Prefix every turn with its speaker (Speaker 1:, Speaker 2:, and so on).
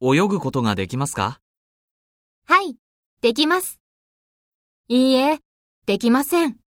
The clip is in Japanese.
Speaker 1: 泳ぐことができますか
Speaker 2: はい、できます。いいえ、できません。